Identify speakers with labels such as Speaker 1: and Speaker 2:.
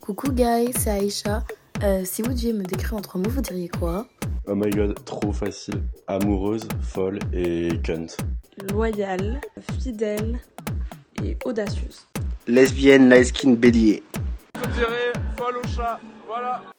Speaker 1: Coucou guys, c'est Aïcha. Euh, si vous deviez me décrire en trois mots, vous diriez quoi
Speaker 2: Oh my god, trop facile. Amoureuse, folle et cunt.
Speaker 3: loyale, fidèle et audacieuse.
Speaker 4: Lesbienne, la skin bélier.
Speaker 5: Je dirais folle au chat. Voilà.